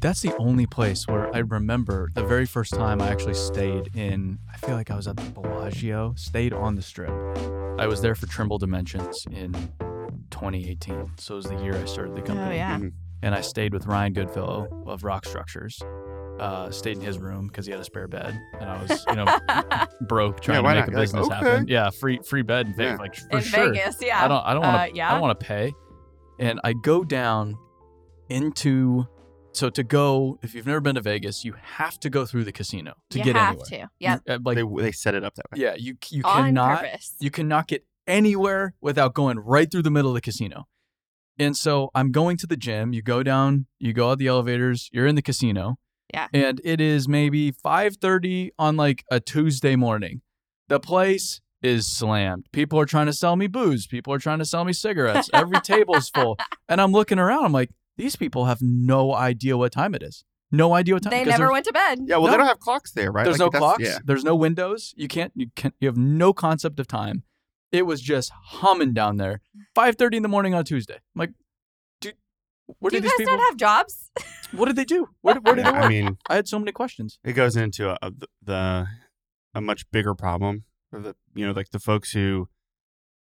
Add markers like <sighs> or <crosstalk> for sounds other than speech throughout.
that's the only place where I remember the very first time I actually stayed in. I feel like I was at the Bellagio, stayed on the strip. I was there for Trimble Dimensions in 2018. So it was the year I started the company. Oh <laughs> yeah. And I stayed with Ryan Goodfellow of Rock Structures. Uh, stayed in his room because he had a spare bed, and I was, you <laughs> know, broke trying why to make not? a You're like, business okay. happen. Yeah, free free bed in Vegas, Yeah. like for in sure. Vegas, yeah. I don't. I don't want to. Uh, yeah. I don't want to pay. And I go down into. So to go, if you've never been to Vegas, you have to go through the casino to you get have anywhere. to. Yep. You- uh, like they they set it up that way. yeah, you you On cannot purpose. you cannot get anywhere without going right through the middle of the casino. And so I'm going to the gym. You go down. You go out the elevators. You're in the casino. Yeah. And it is maybe 5:30 on like a Tuesday morning. The place is slammed. People are trying to sell me booze. People are trying to sell me cigarettes. Every table's <laughs> full. And I'm looking around. I'm like, these people have no idea what time it is. No idea what time. they 'cause never there's- went to bed. Yeah, well, No. they don't have clocks there, right? there's Like, no that's- clocks. Yeah. There's no windows. You can't. You can You have no concept of time. It was just humming down there. Five thirty in the morning on a Tuesday. I'm like, dude, where Do you did guys these people? not have jobs? <laughs> what did they do? Where, did- where did Yeah, they work? I mean, I had so many questions. it goes into a, a the a much bigger problem for the you know like the folks who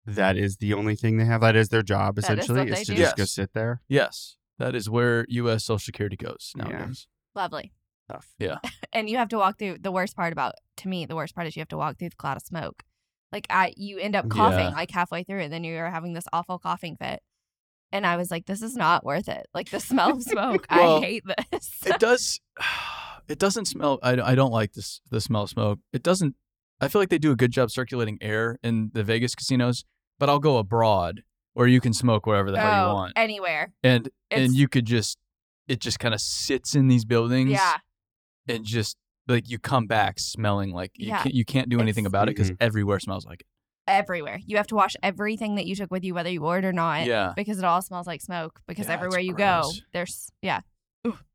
that is the only thing they have that is their job That is what essentially they is to do. just go Yes. sit there. Yes, that is where U.S. Social Security goes Yeah. nowadays. Lovely. Tough. And you have to walk through the worst part about to me, the worst part is you have to walk through the cloud of smoke. Like I you end up coughing Yeah. like halfway through and then you're having this awful coughing fit. And I was like, this is not worth it. Like the smell <laughs> of smoke. Well, I hate this. It does. <sighs> It doesn't smell. I, I don't like this. The smell of smoke. It doesn't. I feel like they do a good job circulating air in the Vegas casinos, but I'll go abroad where you can smoke wherever the hell you Oh, want. Anywhere. And It's, and you could just it just kind of sits in these buildings yeah. and just like you come back smelling like you Yeah. can't you can't do anything It's- about it because Mm-hmm. everywhere smells like it Everywhere. You have to wash everything that you took with you, whether you ordered or not. yeah <laughs> Because it all smells like smoke. Because Yeah, it's everywhere you gross. go, there's yeah.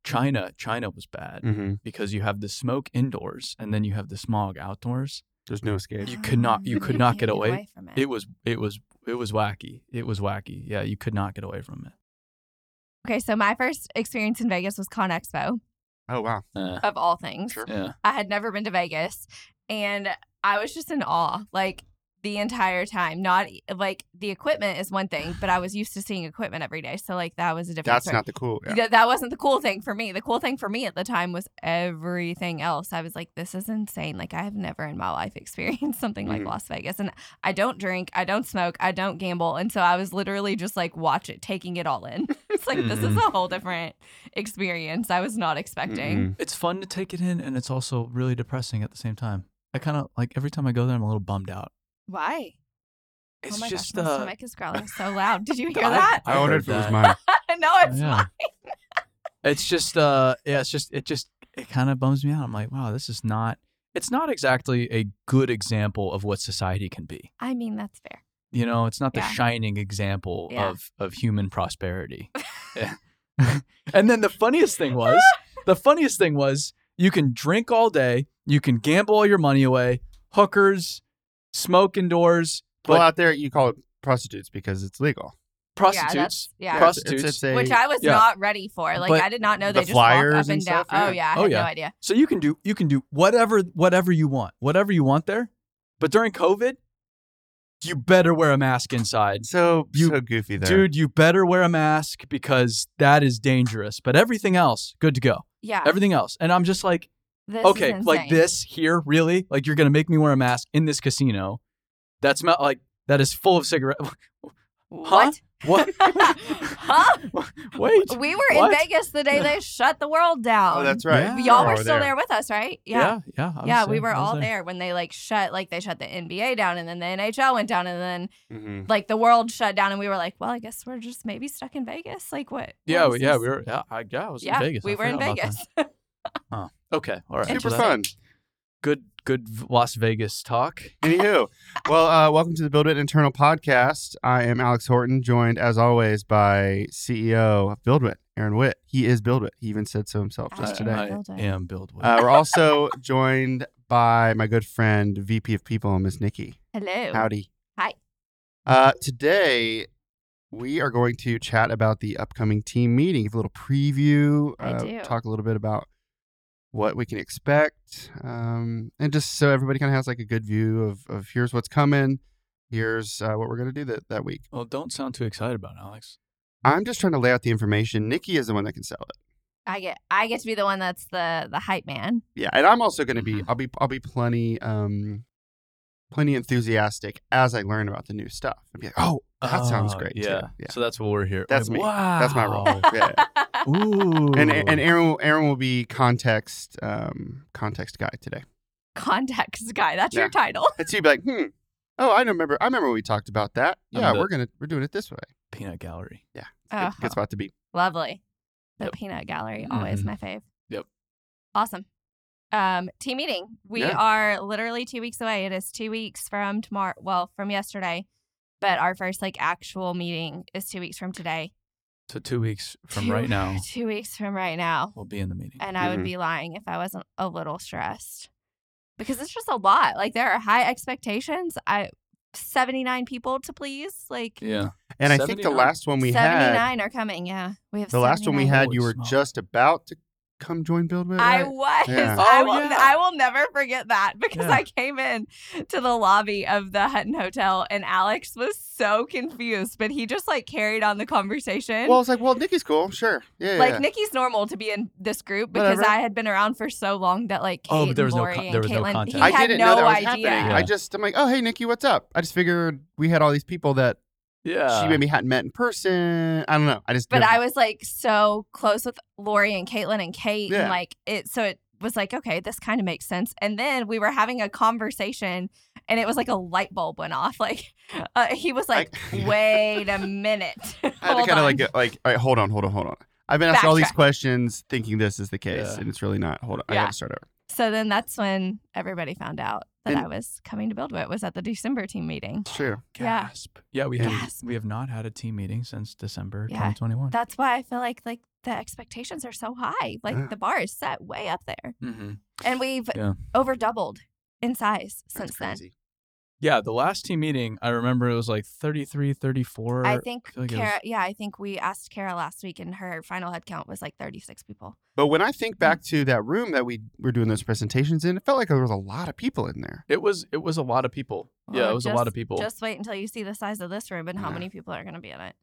china china was bad hmm because you have the smoke indoors and then you have the smog outdoors There's no escape. You could not- you <laughs> could not can't get away. from it. it was it was it was wacky it was wacky yeah you could not get away from it Okay, so my first experience in Vegas was Con Expo, Oh wow. Uh, of all things. Sure. yeah I had never been to Vegas, and I was just in awe, like the entire time. Not e, like the equipment is one thing, but I was used to seeing equipment every day, so like that was a different. That's story. not the cool. Yeah. Th- that wasn't the cool thing for me. The cool thing for me at the time was everything else. I was like, this is insane. Like, I have never in my life <laughs> experienced something like Mm-hmm. Mhm. Las Vegas. And I don't drink, I don't smoke, I don't gamble. And so I was literally just like, watch it, taking it all in. <laughs> it's like, this Mm-hmm. is a whole different experience I was not expecting. Mhm. it's fun to take it in and it's also really depressing at the same time i kind of like every time i go there i'm a little bummed out Why? it's oh my just gosh, my uh stomach is growling so loud. Did you <laughs> hear I- that? <laughs> I wondered if heard it was that. <laughs> mine. no, it's Yeah. not. it's just uh yeah it's just it just it kind of bums me out i'm like wow this is not it's not exactly a good example of what society can be I mean, that's fair. you know it's not the Yeah. shining example Yeah. of of human <laughs> prosperity Yeah. <laughs> and then the funniest thing was the funniest thing was you can drink all day you can gamble all your money away hookers smoke indoors Well, But- out there you call it prostitutes because it's legal. Yeah, that's, prostitutes yeah. it's- it's- Prostitutes, it's a- Which I was yeah. not ready for. Like, But I did not know the they just walk flyers up and and down. stuff, yeah. Oh, yeah. I Oh, had yeah. no idea. So you can do you can do whatever whatever you want, whatever you want there. But during COVID, you better wear a mask inside. so You- so goofy there, Dude, you better wear a mask because that is dangerous. But everything else, good to go. Yeah. Everything else. And I'm just like, This is okay, like insane. this here, really? Like you're going to make me wear a mask in this casino. That's not like that is full of cigarette. <laughs> What? <laughs> What? huh? Wait. We were What? in Vegas the day they shut the world down. Oh, that's right. Yeah. Um, Y'all We're were all still there. there. with us, right? Yeah, yeah. I Yeah, was we were I was all there. when they like shut, like they shut the NBA down and then the NHL went down and then Mhm. like the world shut down and we were like, well, I guess we're just maybe stuck in Vegas. Like what? Yeah, what we- is yeah, this? we were. Yeah, I, yeah, I was yeah, in Vegas. we I were in forgot about that. Vegas. Okay, all right. Super So that- fun. good good v- Las Vegas talk. Anywho, well, uh, welcome to the Build It Internal podcast. I am Alex Horton, joined as always by CEO of BuildWit, Aaron Witt. He is BuildWit. He even said so himself just I- today. I Build it. am build with. Uh, we're also <laughs> joined by my good friend, VP of People, Miss Nikki. Hello. Howdy. Hi. Uh, today, we are going to chat about the upcoming team meeting, give a little preview, uh, I do. talk a little bit about what we can expect, um, and just so everybody kind of has like a good view of, of here's what's coming, here's uh, what we're going to do that, that week. Well, don't sound too excited about it, Alex. I'm just trying to lay out the information. Nikki is the one that can sell it. I get I get to be the one that's the the hype man. Yeah, and I'm also going to Mm-hmm. be I'll be I'll be plenty um plenty enthusiastic as I learn about the new stuff. I'll be like, "Oh, that sounds Oh, great." too." Yeah. Yeah. So that's what we're here. That's me. Wow. That's my role. <laughs> Yeah. <laughs> Ooh. And and Aaron will, Aaron will be context um context guy today. Context guy, that's Yeah. your title. And so you'd be like, "Hmm. Oh, I remember I remember we talked about that. I'm Yeah, the- we're going to we're doing it this way." peanut gallery. Oh, It gets about to be. lovely. The Yep. peanut gallery, always Mm-hmm. Mhm. my fave. Yep. Awesome. Um, team meeting. We Yeah. are literally two weeks away. It is two weeks from tomorrow. Well, from yesterday, but our first like actual meeting is two weeks from today. So two weeks from Two- right now, Mm. Two weeks from right now. we'll be in the meeting. and I Mhm. would be lying if I wasn't a little stressed because it's just a lot. Like there are high expectations. I 79 people to please. Like yeah. And I think the 79. last one we 79 had are coming. Yeah, we have the last one we 79. had Holy you were smokes. just about to come join Build With. I right? was. Yeah. I Oh, will. yeah. I will never forget that because Yeah. I came in to the lobby of the Hutton Hotel and Alex was so confused, but he just like carried on the conversation. Well, it's like, well, Nikki's cool. Sure. Yeah. yeah, like yeah. Nikki's normal to be in this group because Whatever. I had been around for so long that like Kate Oh, but there was and no Lori con- and there was no Caitlin, context. he I had didn't no know that was idea. happening. I Yeah. just, I'm like, oh, hey, Nikki, what's up? I just figured we had all these people that Yeah. she maybe hadn't met in person. I don't know. I just, But never- I was like so close with Lori and Caitlin and Kate, Yeah. and like it. So it was like okay, this kind of makes sense. And then we were having a conversation, and it was like a light bulb went off. <laughs> Like uh, he was <laughs> like, I- "Wait a minute." <laughs> I had to Hold kind of on. like, go- like, all right, hold on, hold on, hold on. I've been asked all these Backtrack. questions thinking this is the case, Yeah. and it's really not. Hold on. I Yeah. got to start over. so then that's when everybody found out that And- I was coming to build with was at the December team meeting. It's true. Yeah. Gasp. Yeah, we have Gasp. we have not had a team meeting since December Yeah. 2021. That's why I feel like like the expectations are so high. Like Yeah. the bar is set way up there, mm-hmm. and we've Yeah. over doubled in size since then. Yeah, the last team meeting, I remember it was like 33, 34. I think feel like it was- Kara. Yeah, I think we asked Kara last week, and her final head count was like 36 people. But when I think back to that room that we were doing those presentations in, it felt like there was a lot of people in there. It was it was a lot of people. yeah, Well, it was a lot of people. Just wait until you see the size of this room and how Yeah. many people are going to be in it.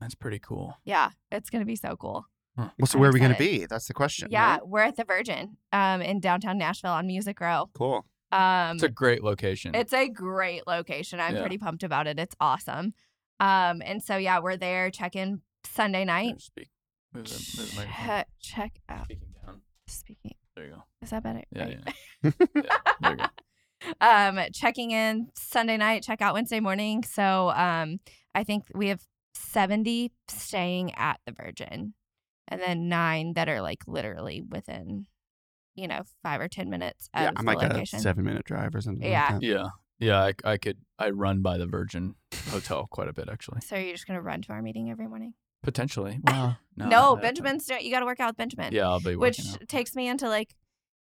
That's pretty cool. Yeah, it's going to be so cool. Well, so I'm where are we going to excited. be? That's the question. Yeah, right? we're at the Virgin, um, in downtown Nashville on Music Row. Cool. Um, It's a great location. It's a great location. I'm Yeah. pretty pumped about it. It's awesome. Um, and so yeah, we're there. Check in Sunday There, night. speak. Move the, move the microphone. Check, check out. Speaking down. Speaking. There you go. Is that better? Yeah, Right. yeah. yeah. <laughs> There you go. <laughs> um checking in sunday night check out wednesday morning so um i think we have 70 staying at the virgin and then nine that are like literally within you know five or ten minutes of Yeah, I'm the like location a seven minute drive or something. Yeah. Like that. Yeah. Yeah, I, I could I run by the Virgin Hotel quite a bit actually. so you're just gonna run to our meeting every morning Potentially. Wow. No, no, that- benjamin's doing you gotta work out with benjamin Yeah, I'll be which working out. takes me into like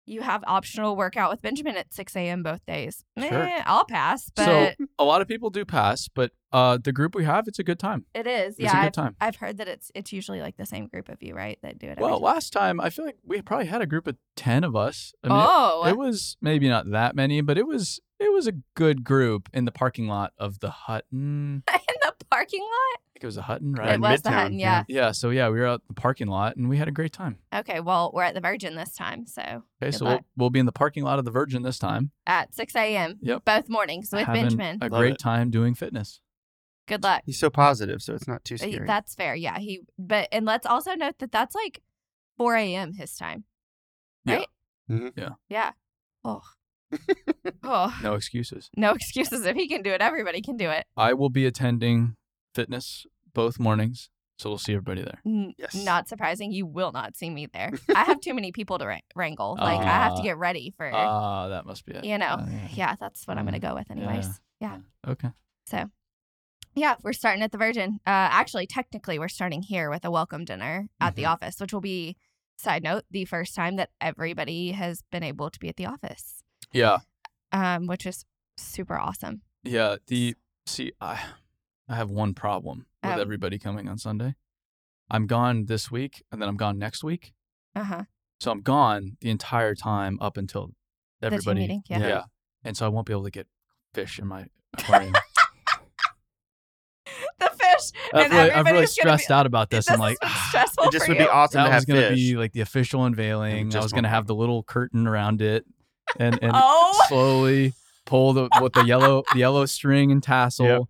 you have optional workout with benjamin at 6 a.m both days Sure. Meh, i'll pass but so a lot of people do pass, but uh, the group we have, it's a good time. it is It's yeah a good I've- time. I've heard that it's it's usually like the same group of you, right? That do it. every Well, time. last time I feel like we probably had a group of ten of us. I mean, oh, it, it was maybe not that many, but it was it was a good group in the parking lot of the Hutton. I <laughs> in the parking lot. think it was a Hutton, Right. right? it was the Midtown, Hutton, yeah. Yeah. So yeah, we were out in the parking lot and we had a great time. Okay, well, we're at the Virgin this time, so Okay, Good so we'll, luck. we'll be in the parking lot of the Virgin this time. at six a.m. Yep. both mornings with having Benjamin. a Love great it. time doing fitness. Good luck. He's so positive, so it's not too Uh, scary. That's fair, yeah. He but and let's also note that that's like four a.m. his time, Yeah. right? Mhm. Yeah. Yeah. Oh. oh. No excuses. No excuses. If he can do it, everybody can do it. I will be attending fitness both mornings, so we'll see everybody there. N- Yes. Not surprising. You will not see me <laughs> there. I have too many people to wra- wrangle. Like I have to Ah. get ready for. Ah, that must be it. you know, Oh, yeah. that's what I'm gonna Yeah. go with, anyways. Yeah. Okay. Yeah, we're starting at the Virgin. Uh, actually, technically, we're starting here with a welcome dinner at the Mhm. office, which will be, side note, the first time that everybody has been able to be at the office, Yeah. um, which is super awesome. Yeah. The see, I I have one problem. with Um, everybody coming on Sunday. I'm gone this week and then I'm gone next week. Uh huh. So I'm gone the entire time up until team everybody. meeting, yeah. Yeah. And so I won't be able to get fish in <laughs> my aquarium. <laughs> The fish. I've And really, I've really everybody's gonna be- stressed out about this. I'm <laughs> like, is "Ah, stressful <sighs> It just for would you. be awesome that to was have going to fish. be like the official unveiling. I just was going to won't have be. the little curtain around it and, and Oh, slowly pull the with the yellow the yellow string and tassel. Yep.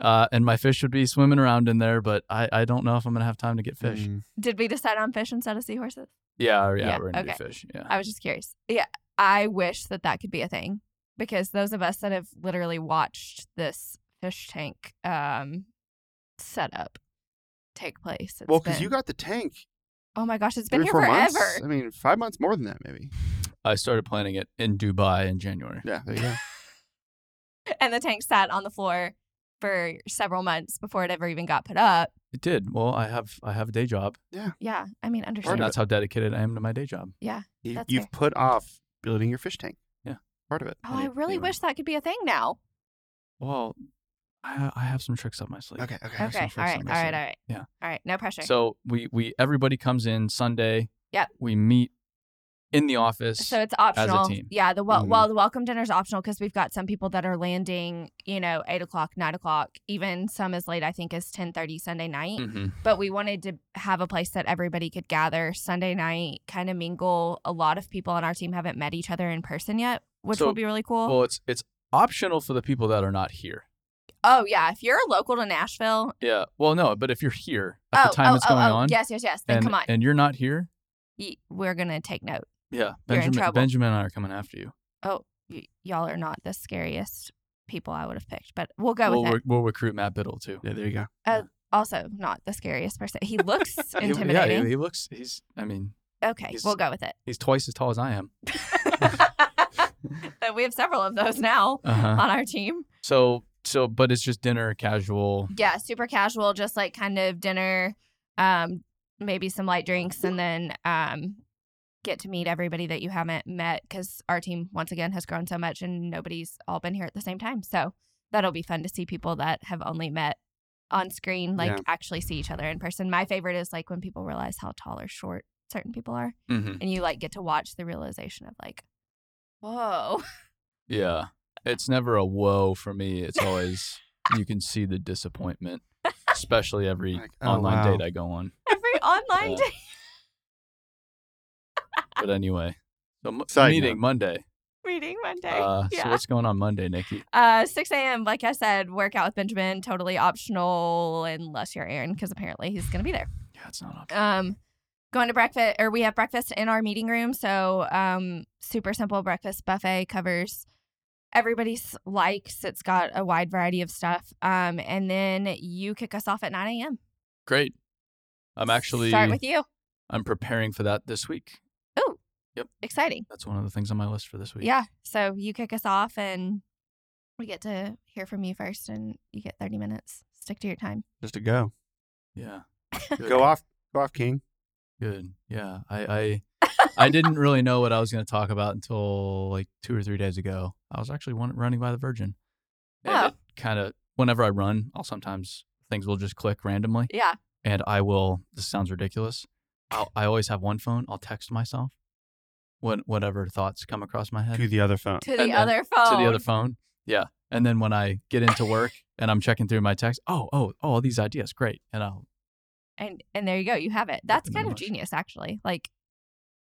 Uh, and my fish would be swimming around in there, but I, I don't know if I'm gonna have time to get fish. Mm. did we decide on fish instead of seahorses? Yeah, yeah, Yeah, we're gonna okay. do fish. Yeah, I was just curious. Yeah, I wish that that could be a thing because those of us that have literally watched this fish tank um setup take place. it's Well, because you been- got the tank Oh my gosh, it's been three or here four forever. <laughs> months. I mean, five months more than that, maybe. I started planning it in Dubai in January. Yeah, there you go. And the tank sat on the floor for several months before it ever even got put up. It did. Well, I have I have a day job, Yeah, I mean, and Part understand. of that's how dedicated I am to my day job. You- That's You've fair. put off building your fish tank. Yeah. part of it. Oh, I Anyway. really wish that could be a thing now. Well, I, I have some tricks up my sleeve. Okay, okay. have some Okay, fish all right, all on my right, all side. right. Yeah. All right, no pressure. So we we everybody comes in Sunday. Yep. We meet in the office. So it's optional. team. Mm-hmm. Yeah, the wel- Mhm. well, the welcome dinner is optional because we've got some people that are landing, you know, eight o'clock, nine o'clock, even some as late I think as ten thirty Sunday night. Mhm. But we wanted to have a place that everybody could gather Sunday night, kind of mingle. A lot of people on our team haven't met each other in person yet, which So- will be really cool. Well, it's it's optional for the people that are not here. oh yeah, if you're local to Nashville, Yeah. Well, no, but if you're here at oh, the time oh, it's oh, going oh, on, yes, yes, yes. Then and come on, and you're not here, Y- we're gonna take note. yeah, You're in Benjamin trouble. Benjamin and I are coming after you. Y- y'all are not the scariest people I would have picked, but we'll go we'll with it. rec- we'll recruit Matt Biddle too. <laughs> Yeah, there you go. also not the scariest person. He looks He- <laughs> intimidating. yeah, he, he looks. He's. I mean, okay, he's- we'll go <laughs> with it. <laughs> he's twice as tall as I am. But we have several of those now Uh huh. on our team. So so, but it's just dinner, casual. Yeah, super casual, just like kind of dinner, um, maybe some light drinks, and then um, get to meet everybody that you haven't met because our team once again has grown so much and nobody's all been here at the same time. So that'll be fun to see people that have only met on screen, like Yeah. actually see each other in person. My favorite is like when people realize how tall or short certain people are. Mm-hmm. and you like get to watch the realization of like whoa <laughs> Yeah. It's never a whoa for me. It's always you can see the disappointment, especially every Like, oh, online wow. date I go on. every online Yeah. day But anyway, so m- Side meeting note. Monday. <laughs> meeting one day Uh, So yeah what's going on Monday, Nikki? uh 6 a.m like i said workout with benjamin totally optional unless you're aaron because apparently he's gonna be there Yeah, it's not up. um going to breakfast or we have breakfast in our meeting room so um super simple breakfast buffet covers everybody's likes it's got a wide variety of stuff um and then you kick us off at 9 a.m Great. I'm actually start with you I'm preparing for that this week. exciting That's one of the things on my list for this week. Yeah. So you kick us off and we get to hear from you first and you get 30 minutes. Stick to your time. Just to go. <laughs> Yeah. Go off. Go off, King. Good. Yeah. I I, I didn't really know what I was going to talk about until like two or three days ago. I was actually one, running by the Virgin. Oh. And kind of whenever I run, I'll sometimes things will just click randomly, Yeah. and I will. This sounds ridiculous. I'll, I always have one phone. I'll text myself when whatever thoughts come across my head To the other phone. To the And then other phone. to the other phone. Yeah. And then when I get into work and I'm checking through my text, oh, oh, oh, all these ideas, great. And I'll, And and there you go. You have it. That's them in kind the of bush. genius actually. Like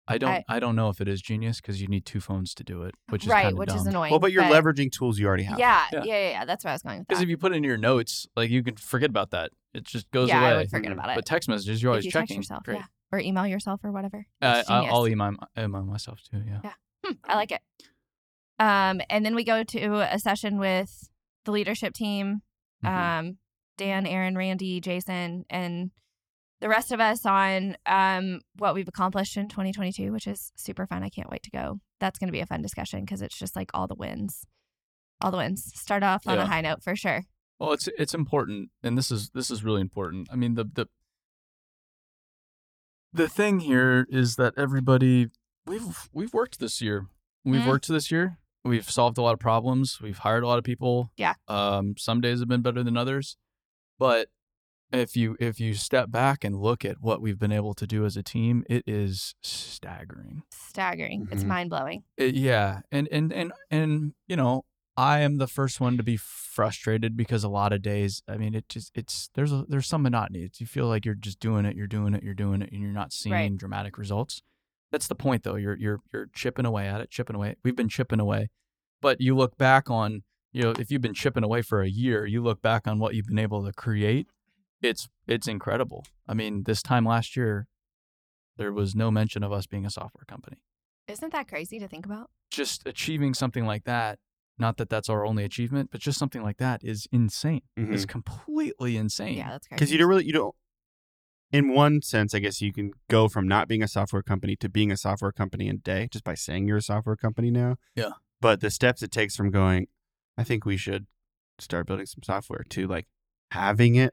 I don't, I- I, don't know if it is genius because you need two phones to do it, which is right, kinda which dumb. is annoying. Well, but you're leveraging tools you already <laughs> Yeah, have. yeah, Yeah. yeah, yeah, yeah. That's where I was going with Because that. if you put in your notes, like you can forget about that. It just goes yeah, away. I would forget about it. But text messages, you're If always you text checking. yourself, Great. yeah. Or email yourself or whatever. Uh, It's I- I'll genius. email, email myself too. Yeah. Hmm, I like it. Um, and then we go to a session with the leadership team, Mhm. um, Dan, Aaron, Randy, Jason, and the rest of us on um, what we've accomplished in 2022, which is super fun. I can't wait to go. That's going to be a fun discussion because it's just like all the wins, all the wins. Start off on Yeah. a high note for sure. Well, it's it's important, and this is this is really important. I mean, the the the thing here is that everybody we've we've worked this year. We've Mhm. worked this year. We've solved a lot of problems. We've hired a lot of people. Yeah. Um. Some days have been better than others, but if you if you step back and look at what we've been able to do as a team, it is staggering. Staggering. It's Mhm. mind blowing. It- Uh, yeah, and and and and you know, I am the first one to be frustrated because a lot of days, I mean, it just it's there's a, there's some monotony. It's, you feel like you're just doing it, you're doing it, you're doing it, and you're not seeing Right. dramatic results. That's the point, though. You're you're you're chipping away at it, chipping away. We've been chipping away, but you look back on you know if you've been chipping away for a year, you look back on what you've been able to create. It's it's incredible. I mean, this time last year, there was no mention of us being a software company Isn't that crazy to think about? just achieving something like that not that that's our only achievement but just something like that is insane it's completely insane Yeah, that's crazy. because you don't really you don't in one sense i guess you can go from not being a software company to being a software company in a day just by saying you're a software company now Yeah. but the steps it takes from going i think we should start building some software to like having it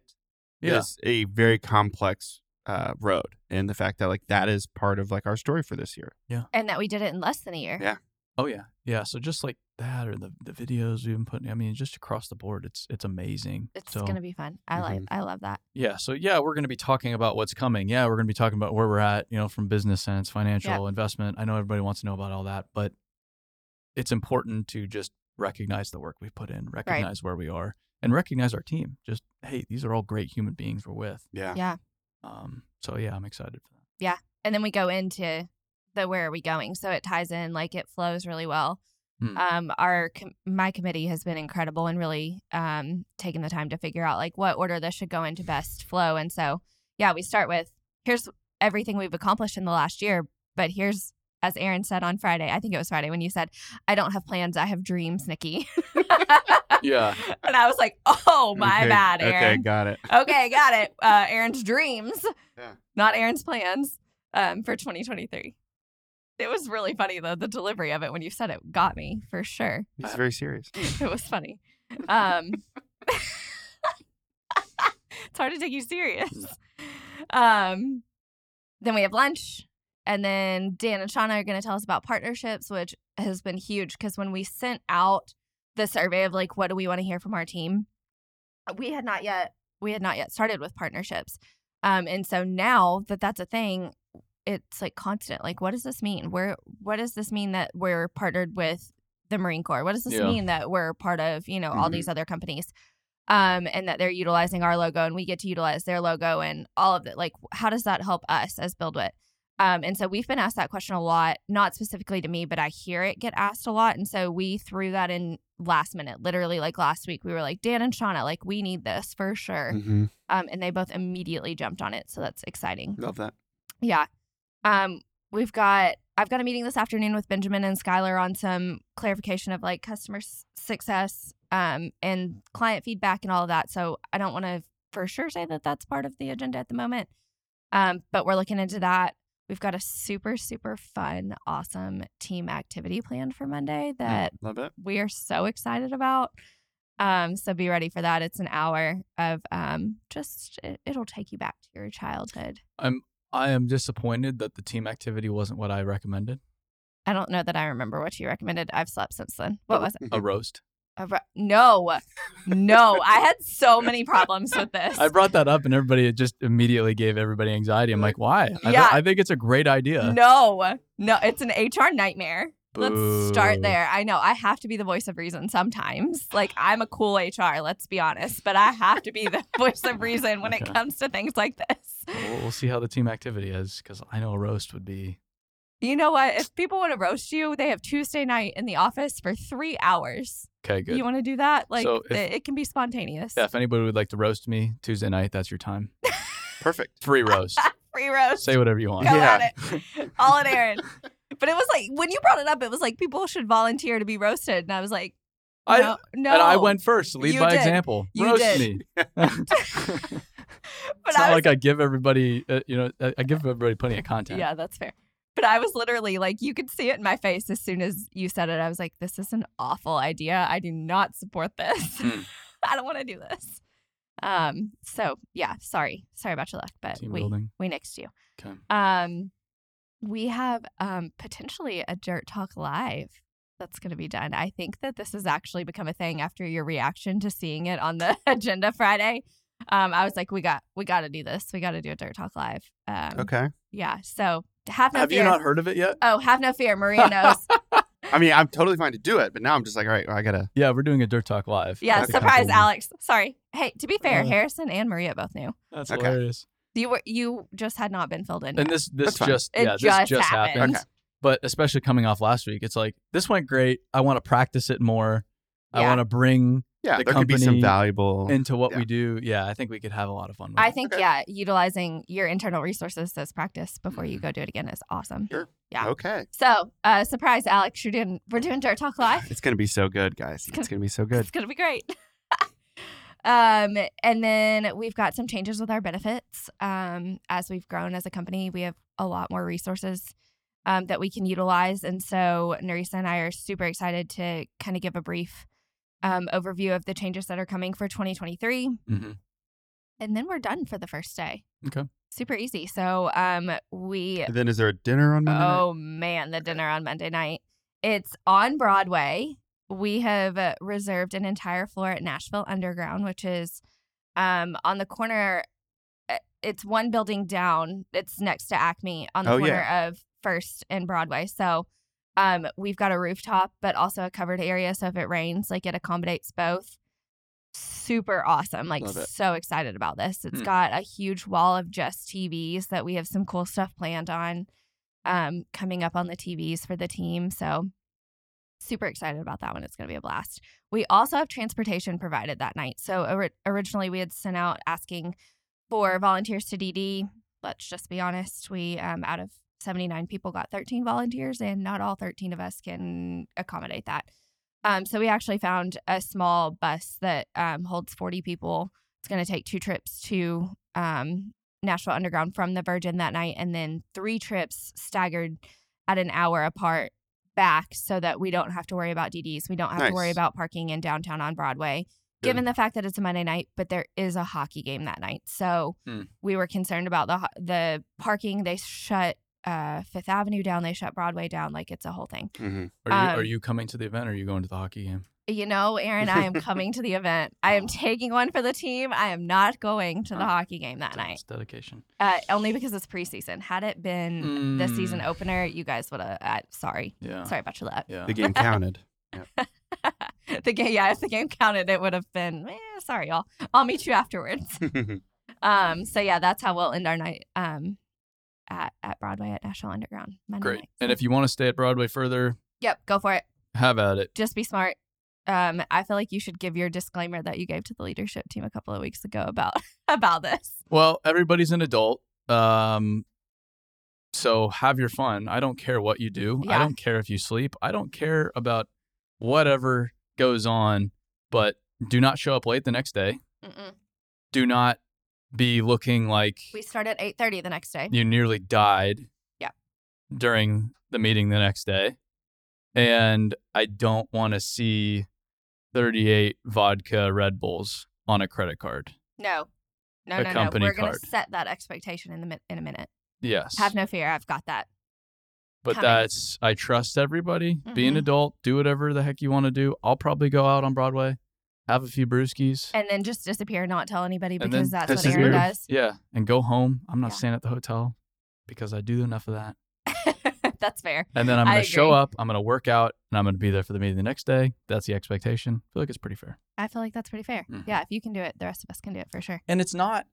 is Yeah. a very complex uh, road and the fact that like that is part of like our story for this year and that we did it in less than a year. Yeah. oh yeah yeah so just like that or the, the videos we've been putting i mean just across the board it's it's amazing It's so gonna be fun. I like I love that. yeah so yeah we're gonna be talking about what's coming yeah we're gonna be talking about where we're at you know from business sense financial investment i know everybody wants to know about all that but it's important to just recognize the work we put in recognize where we are and recognize our team just hey these are all great human beings we're with yeah Yeah. um so yeah i'm excited for that And then we go into the where are we going? So it ties in like it flows really well. Hmm. Um our com- my committee has been incredible and really um taking the time to figure out like what order this should go into best flow. And so yeah, we start with here's everything we've accomplished in the last year, but here's as Aaron said on Friday, I think it was Friday when you said, I don't have plans, I have dreams, Nikki. yeah and I was like, oh, my Okay, bad, Aaron okay <laughs> got it okay, got it. Uh, Aaron's dreams, Yeah. not Aaron's plans um, for 2023. It was really funny though. The delivery of it when you said it got me for sure. he's very serious It was funny. Um, <laughs> it's hard to take you serious. Um, then we have lunch, and then Dan and Shauna are going to tell us about partnerships, which has been huge because when we sent out the survey of like what do we want to hear from our team, we had not yet we had not yet started with partnerships, um, and so now that that's a thing, it's like constant. Like, what does this mean? Where what does this mean that we're partnered with the Marine Corps? What does this Yeah. mean that we're part of you know all Mhm. these other companies? um, and that they're utilizing our logo and we get to utilize their logo and all of that. Like, how does that help us as BuildWit? Um, and so we've been asked that question a lot, not specifically to me, but I hear it get asked a lot. And so we threw that in last minute, literally like last week. We were like, Dan and Shauna, like, we need this for sure. Mhm. Um, and they both immediately jumped on it. So that's exciting. love that Yeah. Um, we've got I've got a meeting this afternoon with Benjamin and Skylar on some clarification of like customer s- success um, and client feedback and all of that. So I don't want to for sure say that that's part of the agenda at the moment, um, but we're looking into that. We've got a super super fun, awesome team activity planned for Monday that love it we are so excited about. Um, so be ready for that. It's an hour of um, just it, it'll take you back to your childhood. I am disappointed that the team activity wasn't what I recommended. I don't know that I remember what you recommended. I've slept since then. What was it? A roast. A ru- No, no. I had so many <laughs> problems with this. I brought that up and everybody it just immediately gave everybody anxiety. I'm like, why? I, th- Yeah. I think it's a great idea. No, no. It's an HR nightmare. Let's start Boo. there. I know I have to be the voice of reason sometimes. Like I'm a cool HR, let's be honest, but I have to be the <laughs> voice of reason when it Okay. comes to things like this. We'll, we'll see how the team activity is because I know a roast would be. You know what? If people want to roast you, they have Tuesday night in the office for three hours. Okay, good. You want to do that? Like So if- it, it can be spontaneous. yeah, if anybody would like to roast me Tuesday night, that's your time. <laughs> perfect Free roast. Free roast. Say whatever you want. Go Yeah. at it. All <laughs> in Aaron. But it was like when you brought it up, it was like people should volunteer to be roasted. And I was like, I- no, no. And I went first. Lead You by did. example. You roast did. <laughs> me. <laughs> but it's not I was like I give everybody, uh, you know, I, I give everybody plenty of content. Yeah, that's fair. But I was literally like, you could see it in my face as soon as you said it. I was like, this is an awful idea. I do not support this. Mm. <laughs> I don't want to do this. Um, so yeah, sorry. Sorry about your luck, but Team we, building. we nixed you. Okay. Um, we have um, potentially a Dirt Talk Live that's going to be done. I think that this has actually become a thing after your reaction to seeing it on the <laughs> agenda Friday. um, I was like, we got we got to do this. We got to do a Dirt Talk Live. Um, <laughs> Okay. Yeah. So have no Have fear. you not heard of it yet? oh, have no <laughs> fear. Maria knows. I mean, I'm totally fine to do it, but now I'm just like, all right, well, I gotta. Yeah, we're doing a Dirt Talk Live. yeah. That's a Surprise, compliment. Alex. Sorry. Hey, to be fair, Uh. Harrison and Maria both knew. That's Okay. hilarious. You were you just had not been filled in. And yet. this this That's fine. just It yeah, just this just happened. happened. Okay. But especially coming off last week, it's like this went great. I want to practice it more. I Yeah. want to bring Yeah, The there could be some company valuable. into what Yeah. we do. Yeah, I think we could have a lot of fun with I it. think Okay. yeah, utilizing your internal resources as practice before you Mm-hmm. go do it again is awesome. Sure. Yeah. Okay. So, uh, surprise, Alex. You're doing we're doing Dirt Talk Live. It's gonna be so good, guys. It's gonna be so <laughs> good. It's gonna be great. <laughs> um, and then we've got some changes with our benefits. Um, as we've grown as a company, we have a lot more resources um, that we can utilize, and so Narisa and I are super excited to kind of give a brief um, overview of the changes that are coming for 2023. Mhm. and then we're done for the first day. Okay. Super easy. So um we And then is there a dinner on Monday? night? oh man, the dinner on Monday night. It's on Broadway. We have uh, reserved an entire floor at Nashville Underground, which is um on the corner uh, it's one building down. It's next to Acme on the Oh, yeah. corner of First and Broadway. So um we've got a rooftop but also a covered area so if it rains like it accommodates both. Super awesome. Like Love it. Mm. so excited about this. It's Hmm. got a huge wall of just TVs that we have some cool stuff planned on um, coming up on the TVs for the team. So super excited about that one. It's going to be a blast. We also have transportation provided that night. So ori- originally we had sent out asking for volunteers to DD. Let's just be honest. We um, out of 79 people got 13 volunteers, and not all 13 of us can accommodate that. Um, so we actually found a small bus that um, holds 40 people. It's going to take two trips to um, Nashville Underground from the Virgin that night, and then three trips staggered at an hour apart back, so that we don't have to worry about DDs. We don't have to worry Nice. about parking in downtown on Broadway. Good. Given the fact that it's a Monday night, but there is a hockey game that night, so Hmm. we were concerned about the ho- the parking. They shut uh, Fifth Avenue down. They shut Broadway down. Like it's a whole thing. Mhm. <laughs> Are you are um, you coming to the event or are you going to the hockey game? You know, Aaron, I am coming to the event. <laughs> I am taking one for the team. I am not going to the Oh. hockey game that night. That's dedication. Uh, only because it's preseason. Had it been the season Mm, opener, you guys would have. Uh, sorry, Yeah. sorry about your luck. <laughs> Yeah. The game counted. <laughs> the game, yeah, if the game counted, it would have been. Eh, sorry, y'all. I'll meet you afterwards. <laughs> Um, so yeah, that's how we'll end our night. Um, at at Broadway at National Underground Monday Great. night. And if you want to stay at Broadway further, yep, go for it. have at it. Just be smart. Um, I feel like you should give your disclaimer that you gave to the leadership team a couple of weeks ago about <laughs> about this. Well, everybody's an adult. Um so have your fun. I don't care what you do. I Yeah. don't care if you sleep. I don't care about whatever goes on, but do not show up late the next day. Mm-mm. Do not be looking like We start at eight thirty the next day. you nearly died Yeah. during the meeting the next day and i don't want to see 38 vodka red bulls on a credit card No, no, A no, no. company We're gonna card. set that expectation in the min- in a minute. yes Have no fear. I've got that. but coming. that's i trust everybody be an Mhm. adult do whatever the heck you want to do i'll probably go out on broadway have a few brewskis And then just disappear, not tell anybody And because then that's what disappear. <laughs> Aaron does. yeah and go home i'm not Yeah. staying at the hotel because i do enough of that <laughs> that's fair. and then i'm I going to show agree. up i'm going to work out and i'm going to be there for the meeting the next day that's the expectation i feel like it's pretty fair I feel like that's pretty fair. Mhm. Yeah, if you can do it, the rest of us can do it for sure. and it's not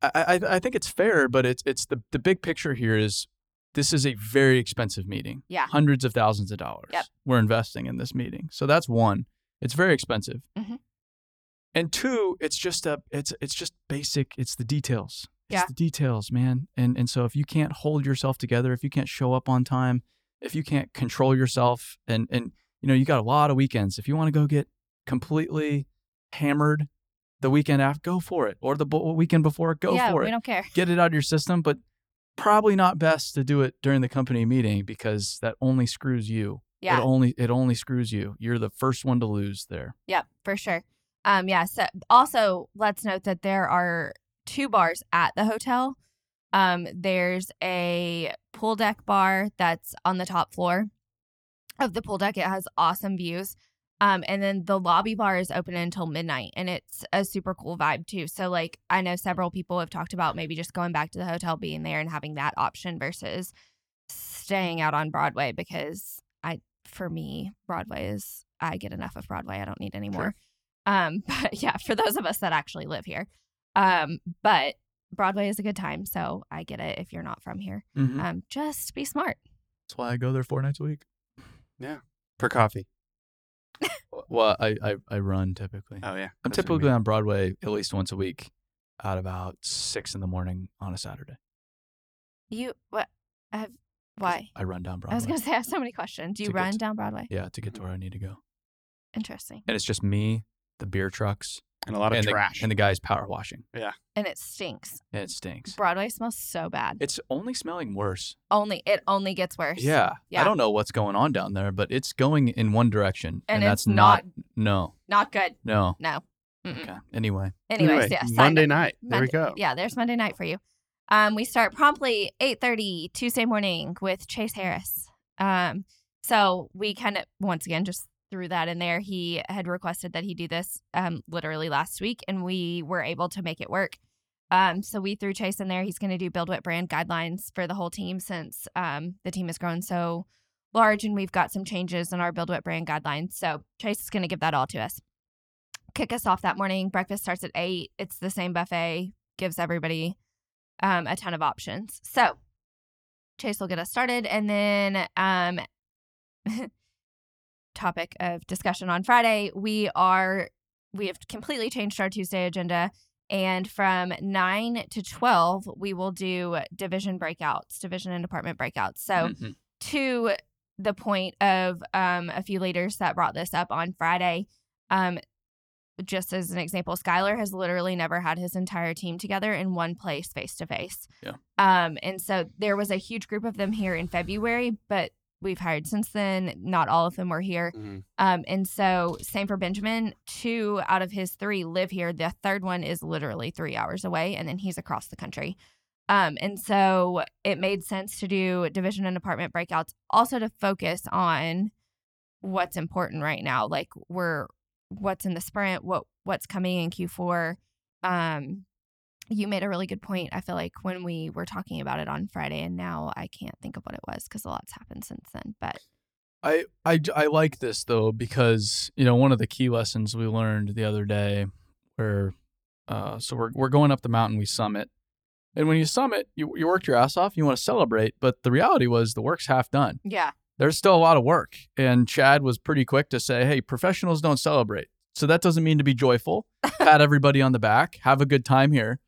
I, I I think it's fair, but it's it's the the big picture here is this is a very expensive meeting. Yeah. Hundreds of thousands of dollars. Yep. We're investing in this meeting. So that's one. It's very expensive. Mhm. And two, it's just a it's it's just basic, it's the details. It's Yeah. the details, man. And and so if you can't hold yourself together, if you can't show up on time, if you can't control yourself and and you know, you got a lot of weekends. If you want to go get completely hammered the weekend after, go for it. Or the bo- weekend before, go yeah, for we it. don't care. Get it out of your system, but probably not best to do it during the company meeting because that only screws you. Yeah, It only it only screws you. You're the first one to lose there. yeah, for sure. Um, yeah. So also, let's note that there are two bars at the hotel. Um, there's a pool deck bar that's on the top floor of the pool deck. It has awesome views. Um, and then the lobby bar is open until midnight, and it's a super cool vibe too. So, like, I know several people have talked about maybe just going back to the hotel, being there, and having that option versus staying out on Broadway because I, for me, Broadway is I get enough of Broadway. I don't need any more. Um, <laughs> but yeah, for those of us that actually live here, um, but Broadway is a good time, so I get it if you're not from here. Mm-hmm. Mhm. Um, just be smart. That's why I go there four nights a week. per coffee. Well, I, I, I run typically. Oh I'm yeah, That's what I typically mean. on Broadway at least once a week at about six in the morning on a Saturday. You what? I have 'cause why? I run down Broadway. I was gonna <laughs> say I have so many questions. Do you To get run to- down Broadway? Yeah, to get Mm-hmm. to where I need to go. Interesting. And it's just me, the beer trucks, and a lot of and the, trash. and the guys power washing. And it stinks. And it stinks. Broadway smells so bad. It's only smelling worse. only it only gets worse. Yeah. I Yeah. don't know what's going on down there, but it's going in one direction. And, that's it's not no, not good. no. No. Mm-mm. Okay. Anyway, Anyways, Anyway, yeah. sign Monday up. night. There we Monday- go. Yeah, there's Monday night for you. Um, we start promptly 8:30 Tuesday morning with Chase Harris. Um, so we kind of once again just threw that in there. He had requested that he do this um literally last week, and we were able to make it work. Um, so we threw Chase in there. He's going to do Build What Brand guidelines for the whole team since um the team has grown so large, and we've got some changes in our Build What Brand guidelines. So Chase is going to give that all to us kick us off that morning. Breakfast starts at eight. It's the same buffet, gives everybody um, a ton of options. So Chase will get us started. And then, um, <laughs> topic of discussion on Friday, we are, we have completely changed our Tuesday agenda. And from 9 to 12, we will do division breakouts, division and department breakouts. So, Mhm. to the point of um, a few leaders that brought this up on Friday. Um, just as an example, Skylar has literally never had his entire team together in one place face to face. Yeah. Um, and so there was a huge group of them here in February, but we've hired since then. Not all of them were here. Mhm. Um, and so same for Benjamin. Two out of his three live here. The third one is literally three hours away, and then he's across the country. Um, and so it made sense to do division and department breakouts, also to focus on what's important right now. Like we're what's in the sprint, what what's coming in Q4. Um, you made a really good point. I feel like when we were talking about it on Friday, and now I can't think of what it was because a lot's happened since then. But I, I, I like this though, because, you know, one of the key lessons we learned the other day where, uh, so we're, we're going up the mountain, we summit. And when you summit, you, you worked your ass off, you want to celebrate. But the reality was the work's half done. yeah, there's still a lot of work. And Chad was pretty quick to say, hey, professionals don't celebrate. So that doesn't mean to be joyful. Pat everybody on the back, have a good time here.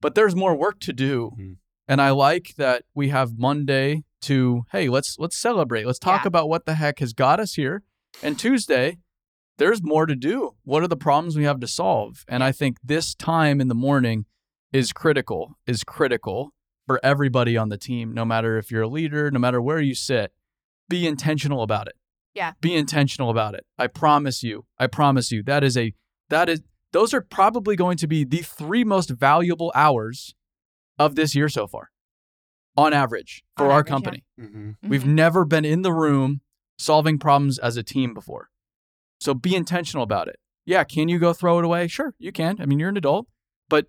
But there's more work to do. Mhm. And I like that we have Monday to, hey, let's let's celebrate. Let's talk Yeah. about what the heck has got us here. And Tuesday, there's more to do. What are the problems we have to solve? And I think this time in the morning is critical, is critical for everybody on the team, no matter if you're a leader, no matter where you sit be intentional about it. Yeah. Be intentional about it. I promise you. I promise you. That is a that is those are probably going to be the three most valuable hours of this year so far on average for On our average, yeah. company. Mhm. Mm-hmm. We've never been in the room solving problems as a team before. So be intentional about it. Yeah, can you go throw it away? Sure, you can. I mean, you're an adult, but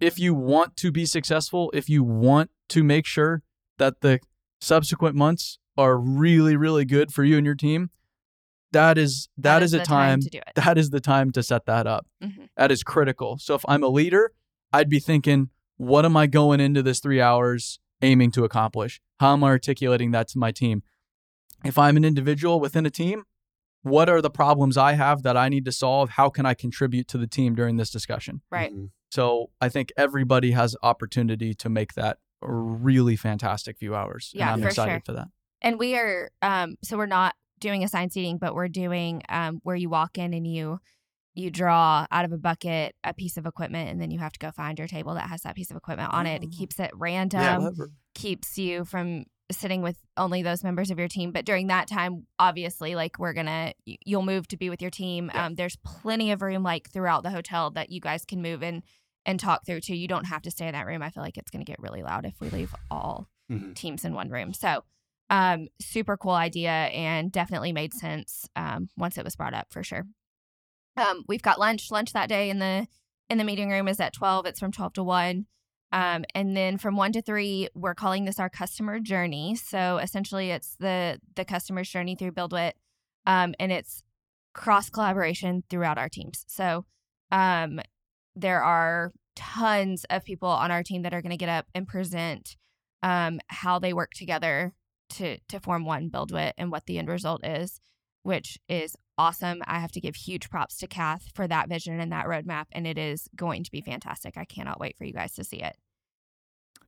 if you want to be successful, if you want to make sure that the subsequent months are really really good for you and your team, that is that is, the a time, to do it. that is the time to set that up. Mhm. That is critical. So if I'm a leader, I'd be thinking, what am I going into this three hours aiming to accomplish? How am I articulating that to my team? If I'm an individual within a team, what are the problems I have that I need to solve? How can I contribute to the team during this discussion? Right. Mhm. So I think everybody has opportunity to make that a really fantastic few hours. Yeah, and I'm for excited sure. for that. And we are um so we're not doing assigned seating, but we're doing um where you walk in and you you draw out of a bucket a piece of equipment and then you have to go find your table that has that piece of equipment on it. It Oh. keeps it random, keeps you from sitting with only those members of your team. But during that time, obviously, like we're gonna y- you'll move to be with your team. Yeah. Um there's plenty of room like throughout the hotel that you guys can move in and talk through to. You don't have to stay um, in that room. I feel like it's gonna get really loud if we leave all Mhm. teams in one room. So um, super cool idea and definitely made sense um, once it was brought up for sure. Um, we've got lunch. Lunch that day in the in the meeting room is at twelve. It's from twelve to one. Um, and then from one to three, we're calling this our customer journey. So essentially, it's the the customer's journey through BuildWit, um, and it's cross collaboration throughout our teams. So um, there are tons of people on our team that are going to get up and present um, how they work together to to form one BuildWit and what the end result is, which is awesome. I have to give huge props to Kath for that vision and that roadmap, and it is going to be fantastic. I cannot wait for you guys to see it.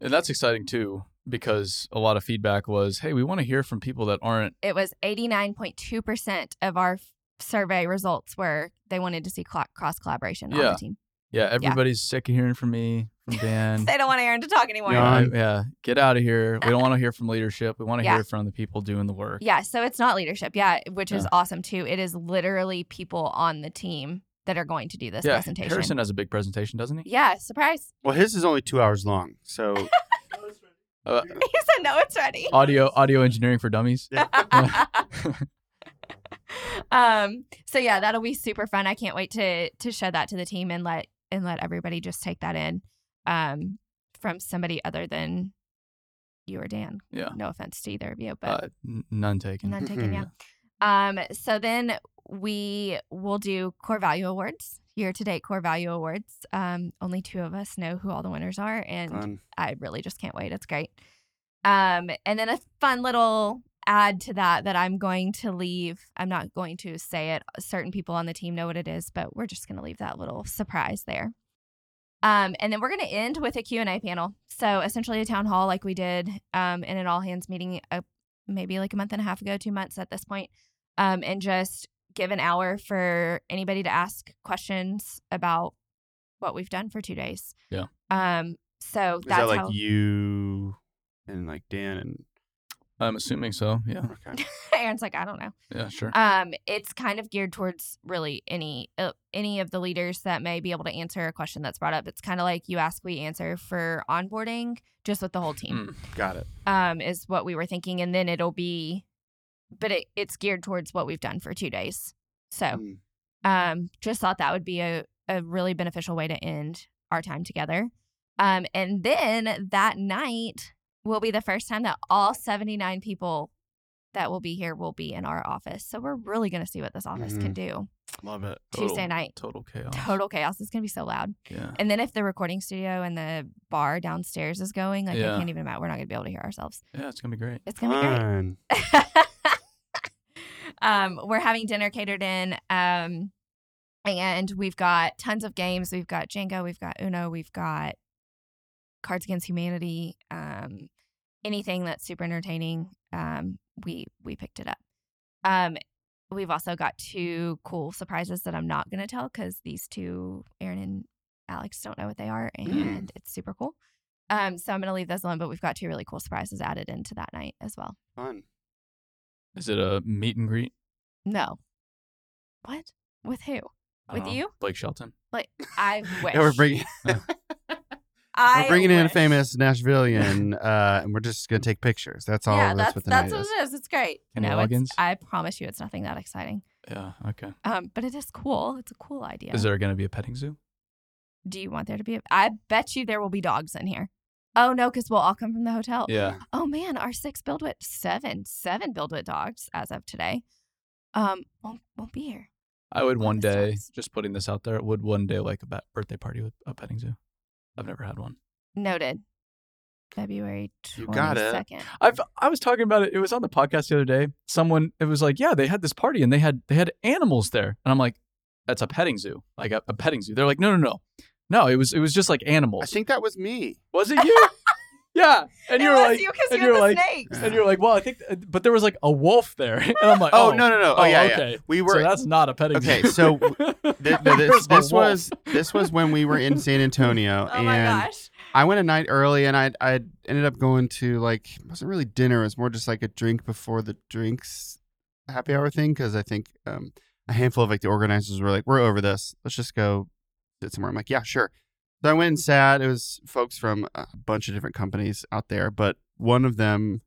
And that's exciting too, because a lot of feedback was, hey, we want to hear from people that aren't. It was 89.2% of our f- survey results were they wanted to see cl- cross collaboration on Yeah. the team. Yeah, everybody's sick of hearing from me, <laughs> from Dan. They don't want Aaron to talk anymore. Yeah. Yeah, yeah, get out of here. We don't want to hear from leadership. We want to Yeah. hear from the people doing the work. Yeah, so it's not leadership. Yeah, which is Yeah. awesome too. It is literally people on the team that are going to do this yeah. presentation. Harrison has a big presentation, doesn't he? Yeah, surprise. Well, his is only two hours long, <laughs> so Uh, He said no, it's ready. audio <laughs> audio engineering for dummies. <laughs> um so yeah that'll be super fun i can't wait to to show that to the team and let and let everybody just take that in um from somebody other than you or dan Yeah. no offense to either of you but Uh, n- none taken. none taken yeah um Mhm. so then we will do core value awards year to date core value awards um only two of us know who all the winners are and Fun. I really just can't wait. It's great. Um, and then a fun little add to that that I'm going to leave. I'm not going to say it. uh, Certain people on the team know what it is, but we're just going to leave that little surprise there. Um, and then we're going to end with a Q&A panel. So essentially a town hall like we did um, in an all hands meeting uh, maybe like a month and a half ago, two months at this point, um, and just give an hour for anybody to ask questions about what we've done for two days. Yeah. Um, so is that's that like how you and like Dan and I'm assuming so. Yeah. <laughs> okay. <laughs> Aaron's like, I don't know. Yeah, sure. Um, it's kind of geared towards really any uh, any of the leaders that may be able to answer a question that's brought up. It's kind of like you ask, we answer for onboarding, just with the whole team. Got it. Um, is what we were thinking, and then it'll be, but it, it's geared towards what we've done for two days. So, Mm. um, just thought that would be a a really beneficial way to end our time together. Um, and then that night will be the first time that all 79 people that will be here will be in our office. So we're really going to see what this office can do. Love it. Tuesday night. Total chaos. Total chaos. It's going to be so loud. Yeah. And then if the recording studio and the bar downstairs is going, like Yeah. I can't even imagine, we're not going to be able to hear ourselves. Yeah, it's gonna be great. It's going to be great. Fun. <laughs> um, we're having dinner catered in. Um, and we've got tons of games. We've got Jenga, we've got Uno, we've got Cards Against Humanity. Um, anything that's super entertaining, um, we we picked it up. Um, we've also got two cool surprises that I'm not going to tell because these two, Aaron and Alex, don't know what they are, and it's super cool. Um, so I'm going to leave those alone. But we've got two really cool surprises added into that night as well. Fun. <laughs> Is it a meet and greet? No. What? With who? I don't With know. you? Blake Shelton. I wish. <laughs> Yeah, we're bringing I we're bringing in a wish. <laughs> famous Nashvilleian, uh, and we're just gonna take pictures. That's all. yeah, that's, that's what the that's night what is. it is. It's great. Kenny no, it's, Loggins? I promise you, it's nothing that exciting. Yeah. Okay. Um, but it is cool. It's a cool idea. Is there gonna be a petting zoo? Do you want there to be? A, I bet you there will be dogs in here. Oh no, because we'll all come from the hotel. Yeah. Oh man, our six Buildwit, seven, seven Buildwit dogs as of today, um, won't won't be here. I would one this day sucks. just putting this out there. Would one day like a ba- birthday party with a petting zoo? I've never had one. Noted. February You twenty got it. second. I've Mm. I was talking about it. It was on the podcast the other day. Someone it was like, yeah, they had this party and they had they had animals there, and I'm like, that's a petting zoo, like a, a petting zoo. They're like, no, no, no, no. It was it was just like I animals. think that was me. was it <laughs> you? yeah, and It you're was like, you because and you're the you're like, snake. and you're like, well, I think, but there was like a wolf there, <laughs> and I'm like, Oh, no no no. Oh, yeah, yeah. okay. We were so that's not a petting Okay, zoo. <laughs> so Th- no, this, There's a wolf. this was this was when we were in San Antonio, <laughs> Oh and my gosh. I went a night early, and I I ended up going to like it wasn't really dinner; it was more just like a drink before the drinks happy hour thing because I think um, a handful of like the organizers were like, "We're over this. Let's just go sit somewhere." I'm like, "Yeah, sure." So I went and sat. It was folks from a bunch of different companies out there, but one of them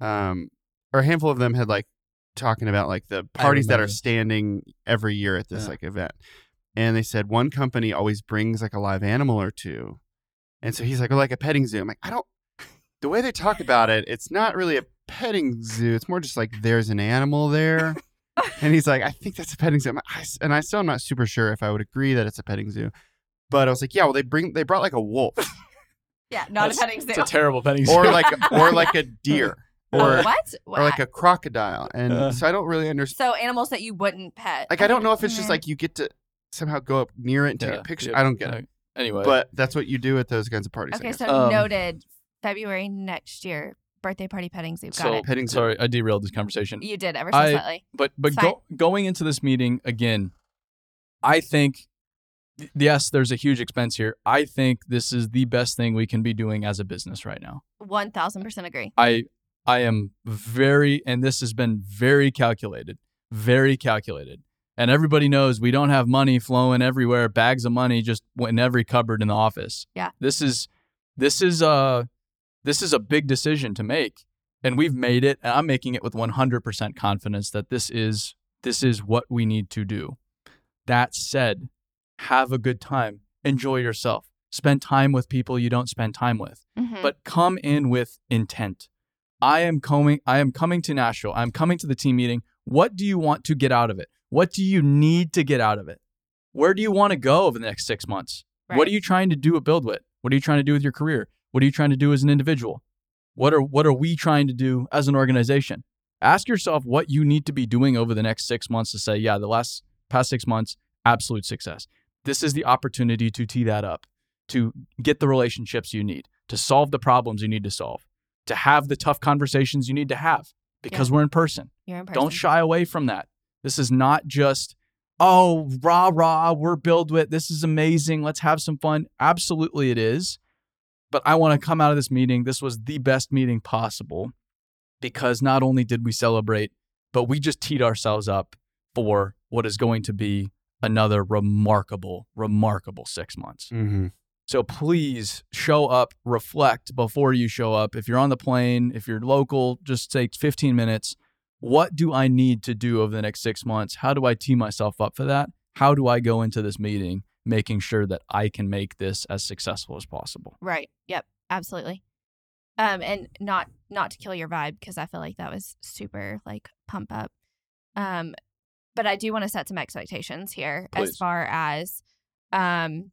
um, or a handful of them had like talking about like the parties that are remember. standing every year at this Yeah. like event. And they said one company always brings like a live animal or two. And so he's like, oh, like a petting zoo. I'm like, I don't the way they talk about it, it's not really a petting zoo. It's more just like there's an animal there. and he's like, I think that's a petting zoo. I'm like, I s- and I still am not super sure if I would agree that it's a petting zoo. But I was like, yeah, well, they bring they brought like a <laughs> wolf Yeah, not That's- a petting It's zoo. a terrible petting zoo. or like or like <laughs> a deer or what? or like a crocodile. And Uh. so I don't really understand. so animals that you wouldn't pet. Like I don't know if it's just Mhm. like you get to somehow go up near it and take Yeah, a picture. yeah, I don't get it, okay. Anyway, but that's what you do at those kinds of parties. I Okay, guess. so Um, noted. February next year, birthday party petting zoo. Got so it. Petting zoo. sorry, I derailed this conversation. You did ever since I- lately. But but It's go, going into this meeting again, I think th- yes, there's a huge expense here. I think this is the best thing we can be doing as a business right now. One thousand percent agree. I I am very and this has been very calculated, very calculated. And everybody knows we don't have money flowing everywhere, bags of money just in every cupboard in the office. Yeah. This is this is a this is a big decision to make and we've made it and I'm making it with 100% confidence that this is this is what we need to do. That said, have a good time, enjoy yourself, spend time with people you don't spend time with Mhm. but come in with intent. I am coming I am coming to Nashville. I'm coming to the team meeting. What do you want to get out of it? What do you need to get out of it? Where do you want to go over the next 6 months? What Right. are you trying to do at Build With? What are you trying to do with your career? What are you trying to do as an individual? What are what are we trying to do as an organization? Ask yourself what you need to be doing over the next 6 months to say, yeah, the last past 6 months absolute success. This is the opportunity to tee that up, to get the relationships you need, to solve the problems you need to solve, to have the tough conversations you need to have because we're in person. You're in person. Don't shy away from that. This is not just, oh, rah, rah, we're build with. This is amazing. Let's have some fun. Absolutely, it is. But I want to come out of this meeting. This was the best meeting possible because not only did we celebrate, but we just teed ourselves up for what is going to be another remarkable, remarkable six months. Mm-hmm. So please show up, reflect before you show up. If you're on the plane, if you're local, just take 15 minutes. What do I need to do over the next six months? How do I tee myself up for that? How do I go into this meeting making sure that I can make this as successful as possible? Right. Yep. Absolutely. Um, and not not to kill your vibe because I feel like that was super like pump up. Um, but I do want to set some expectations here Please. as far as, um,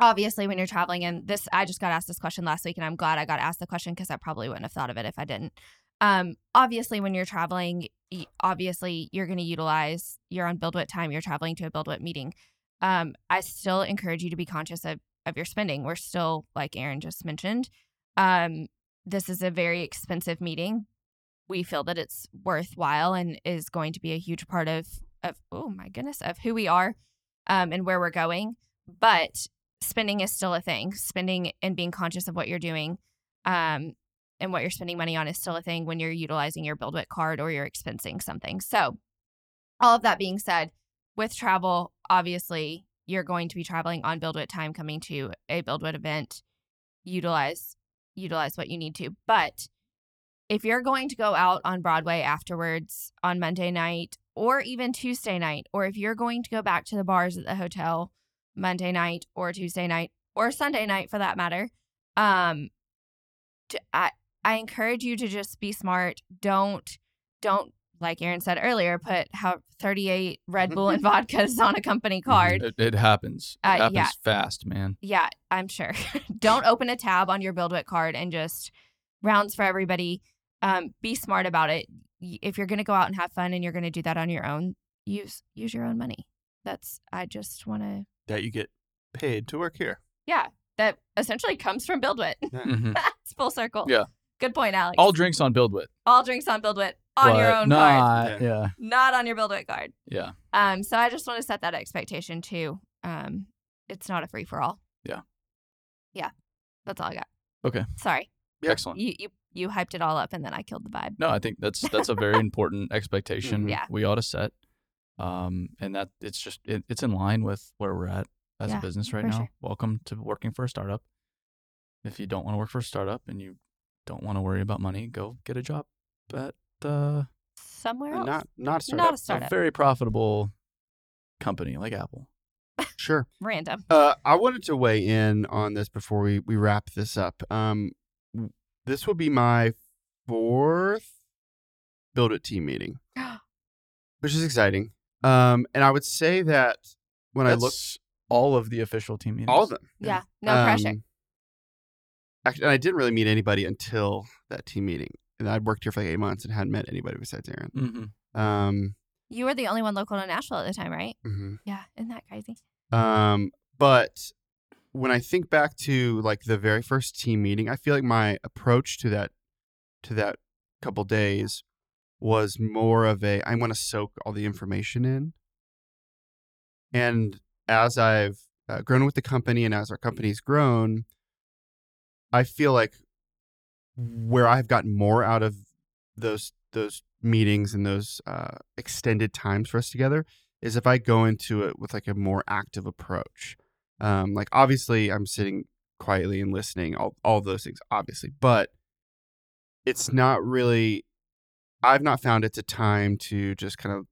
obviously when you're traveling and this I just got asked this question last week and I'm glad I got asked the question because I probably wouldn't have thought of it if I didn't. Um, obviously when you're traveling, y- obviously you're going to utilize you're on BuildWit time. You're traveling to a BuildWit meeting. Um, I still encourage you to be conscious of of your spending. We're still, like Aaron just mentioned, um, this is a very expensive meeting. We feel that it's worthwhile and is going to be a huge part of of oh my goodness of who we are um, and where we're going. But spending is still a thing. Spending and being conscious of what you're doing um, and what you're spending money on is still a thing when you're utilizing your BuildWit card or you're expensing something. So, all of that being said, with travel, obviously you're going to be traveling on BuildWit time, coming to a BuildWit event. Utilize utilize what you need to, but if you're going to go out on Broadway afterwards on Monday night or even Tuesday night, or if you're going to go back to the bars at the hotel Monday night or Tuesday night or Sunday night for that matter, um, to, I I encourage you to just be smart. Don't don't like Aaron said earlier, put how 38 Red Bull and vodkas on a company card. It, it happens. It Uh, happens yeah. fast, man. Yeah, I'm sure. <laughs> Don't open a tab on your BuildWit card and just rounds for everybody. Um, be smart about it. Y- If you're going to go out and have fun and you're going to do that on your own, use use your own money. That's I just want to That you get paid to work here. yeah. That essentially comes from BuildWit. Mhm. <laughs> it's full circle. Yeah. Good point, Alex. All drinks on Build With. All drinks on BuildWit on your but own card, not- Yeah. Yeah. not on your BuildWit card. Yeah. Um, so I just want to set that expectation too. Um, it's not a free for all. Yeah. Yeah. That's all I got. Okay. Sorry. Yeah. Excellent. you you you hyped it all up and then I killed the vibe. No, I think that's that's <laughs> a very important expectation Yeah. we ought to set. Um, and that it's just it, it's in line with where we're at as a Yeah, business right for now. sure. Welcome to working for a startup. If you don't want to work for a startup and you don't want to worry about money, go get a job at uh, somewhere else. Not not a startup. Not a a startup. very profitable company like Apple. sure. <laughs> Random. Uh, I wanted to weigh in on this before we, we wrap this up. Um, w- this will be my fourth Build It team meeting, <gasps> which is exciting. Um, and I would say that when I look, That's all of the official team meetings. all of them. Yeah. No Um, pressure. Actually, and I didn't really meet anybody until that team meeting. And I'd worked here for like eight months and hadn't met anybody besides Aaron. Mm-hmm. Um, You were the only one local to Nashville at the time, right? mhm. Yeah. Isn't that crazy? Um, but when I think back to like the very first team meeting, I feel like my approach to that to that couple days was more of a I want to soak all the information in. And as I've uh, grown with the company and as our company's grown, I feel like where I've gotten more out of those those meetings and those uh, extended times for us together is if I go into it with like a more active approach. Um, like obviously I'm sitting quietly and listening, all all those things, obviously, but it's not really. I've not found it's a time to just kind of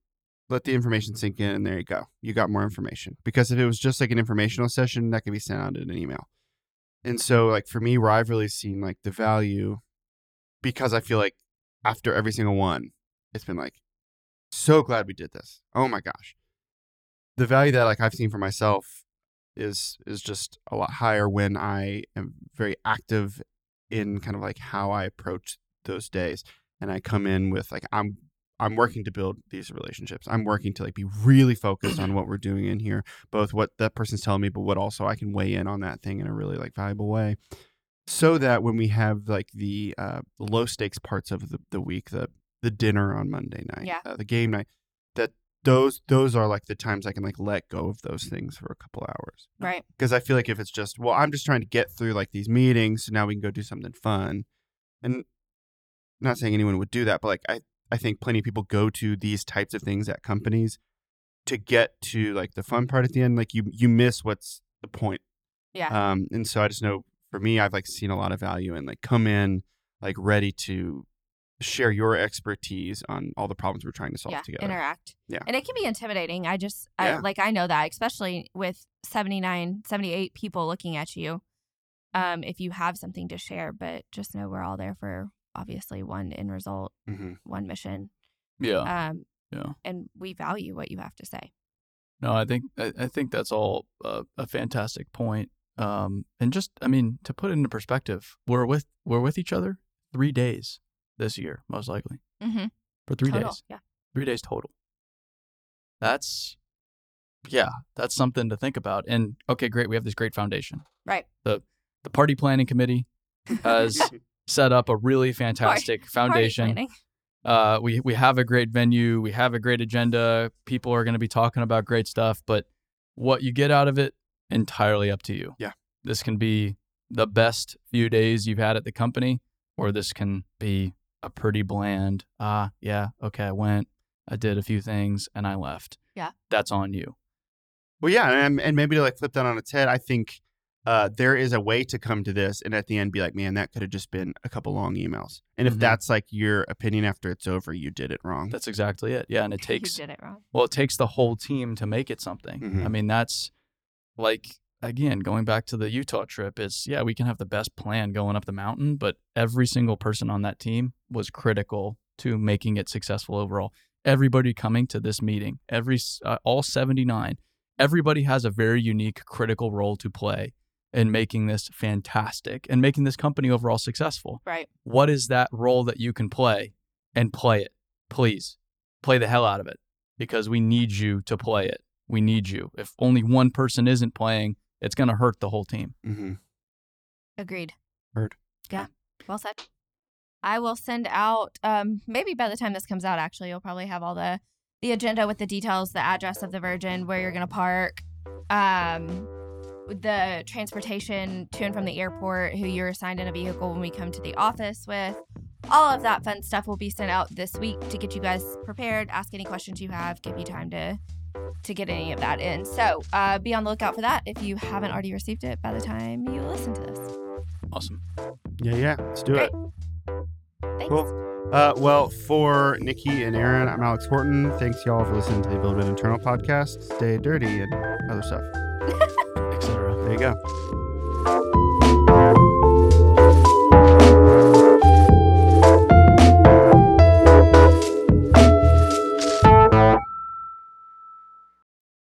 let the information sink in, and there you go, you got more information. Because if it was just like an informational session, that could be sent out in an email. And so, like for me, where I've really seen like the value, because I feel like after every single one, it's been like, so glad we did this. Oh my gosh, the value that like I've seen for myself is is just a lot higher when I am very active in kind of like how I approach those days, and I come in with like I'm I'm working to build these relationships. I'm working to like be really focused on what we're doing in here, both what that person's telling me, but what also I can weigh in on that thing in a really like valuable way. So that when we have like the uh, low stakes parts of the, the week, the the dinner on Monday night, Yeah. uh, the game night, that those those are like the times I can like let go of those things for a couple hours Right. because I feel like if it's just well, I'm just trying to get through like these meetings, so now we can go do something fun. And I'm not saying anyone would do that, but like I, I think plenty of people go to these types of things at companies to get to like the fun part at the end. Like you you miss what's the point. Yeah. Um, and so I just know for me, I've like seen a lot of value in like come in like ready to share your expertise on all the problems we're trying to solve yeah, together. interact. Yeah. And it can be intimidating. I just, Yeah. I, like, I know that, especially with 79, 78 people looking at you. Um, if you have something to share, but just know we're all there for obviously one end result, Mhm. one mission. Oh. Yeah. Um, Yeah. And we value what you have to say. No, I think I, I think that's all a, a fantastic point. Um, and just I mean to put it into perspective, we're with we're with each other three days this year, most likely Mm-hmm. for three Total. days, Yeah. three days total. That's yeah, that's something to think about. And okay, great, we have this great foundation. Right. The party planning <laughs> committee has set up a really fantastic Party foundation. planning. <laughs> Uh, we we have a great venue, we have a great agenda. People are going to be talking about great stuff, but what you get out of it entirely up to you. Yeah. This can be the best few days you've had at the company, or this can be a pretty bland. Ah, yeah, okay, I went, I did a few things, and I left. Yeah. That's on you. Well, yeah, and and maybe to like flip that on its head, I think uh, there is a way to come to this, and at the end be like, man, that could have just been a couple long emails. And if Mhm. that's like your opinion after it's over, you did it wrong. That's exactly it. Yeah, and <laughs> it takes you did it wrong. Well, it takes the whole team to make it something. Mhm. I mean, that's like again going back to the Utah trip. It's yeah, we can have the best plan going up the mountain, but every single person on that team was critical to making it successful overall. Everybody coming to this meeting, every s- uh, all 79, everybody has a very unique critical role to play in making this fantastic and making this company overall successful. Right. What is that role that you can play and play it? Please play the hell out of it because we need you to play it. We need you. If only one person isn't playing, it's going to hurt the whole team. Mm-hmm. Agreed. Heard. Yeah. Well said. I will send out um maybe by the time this comes out actually you'll probably have all the the agenda with the details, the address of the Virgin, where you're going to park, um the transportation to and from the airport, who you're assigned in a vehicle when we come to the office with. All of that fun stuff will be sent out this week to get you guys prepared, ask any questions you have, give you time to to get any of that in. So uh, be on the lookout for that if you haven't already received it by the time you listen to this. Awesome. Yeah, yeah, let's do Great. it. Thanks. Cool. Uh, well, for Nikki and Aaron, I'm Alex Horton. Thanks, y'all, for listening to the Build It Internal podcast. Stay dirty and other stuff. etc. There you go.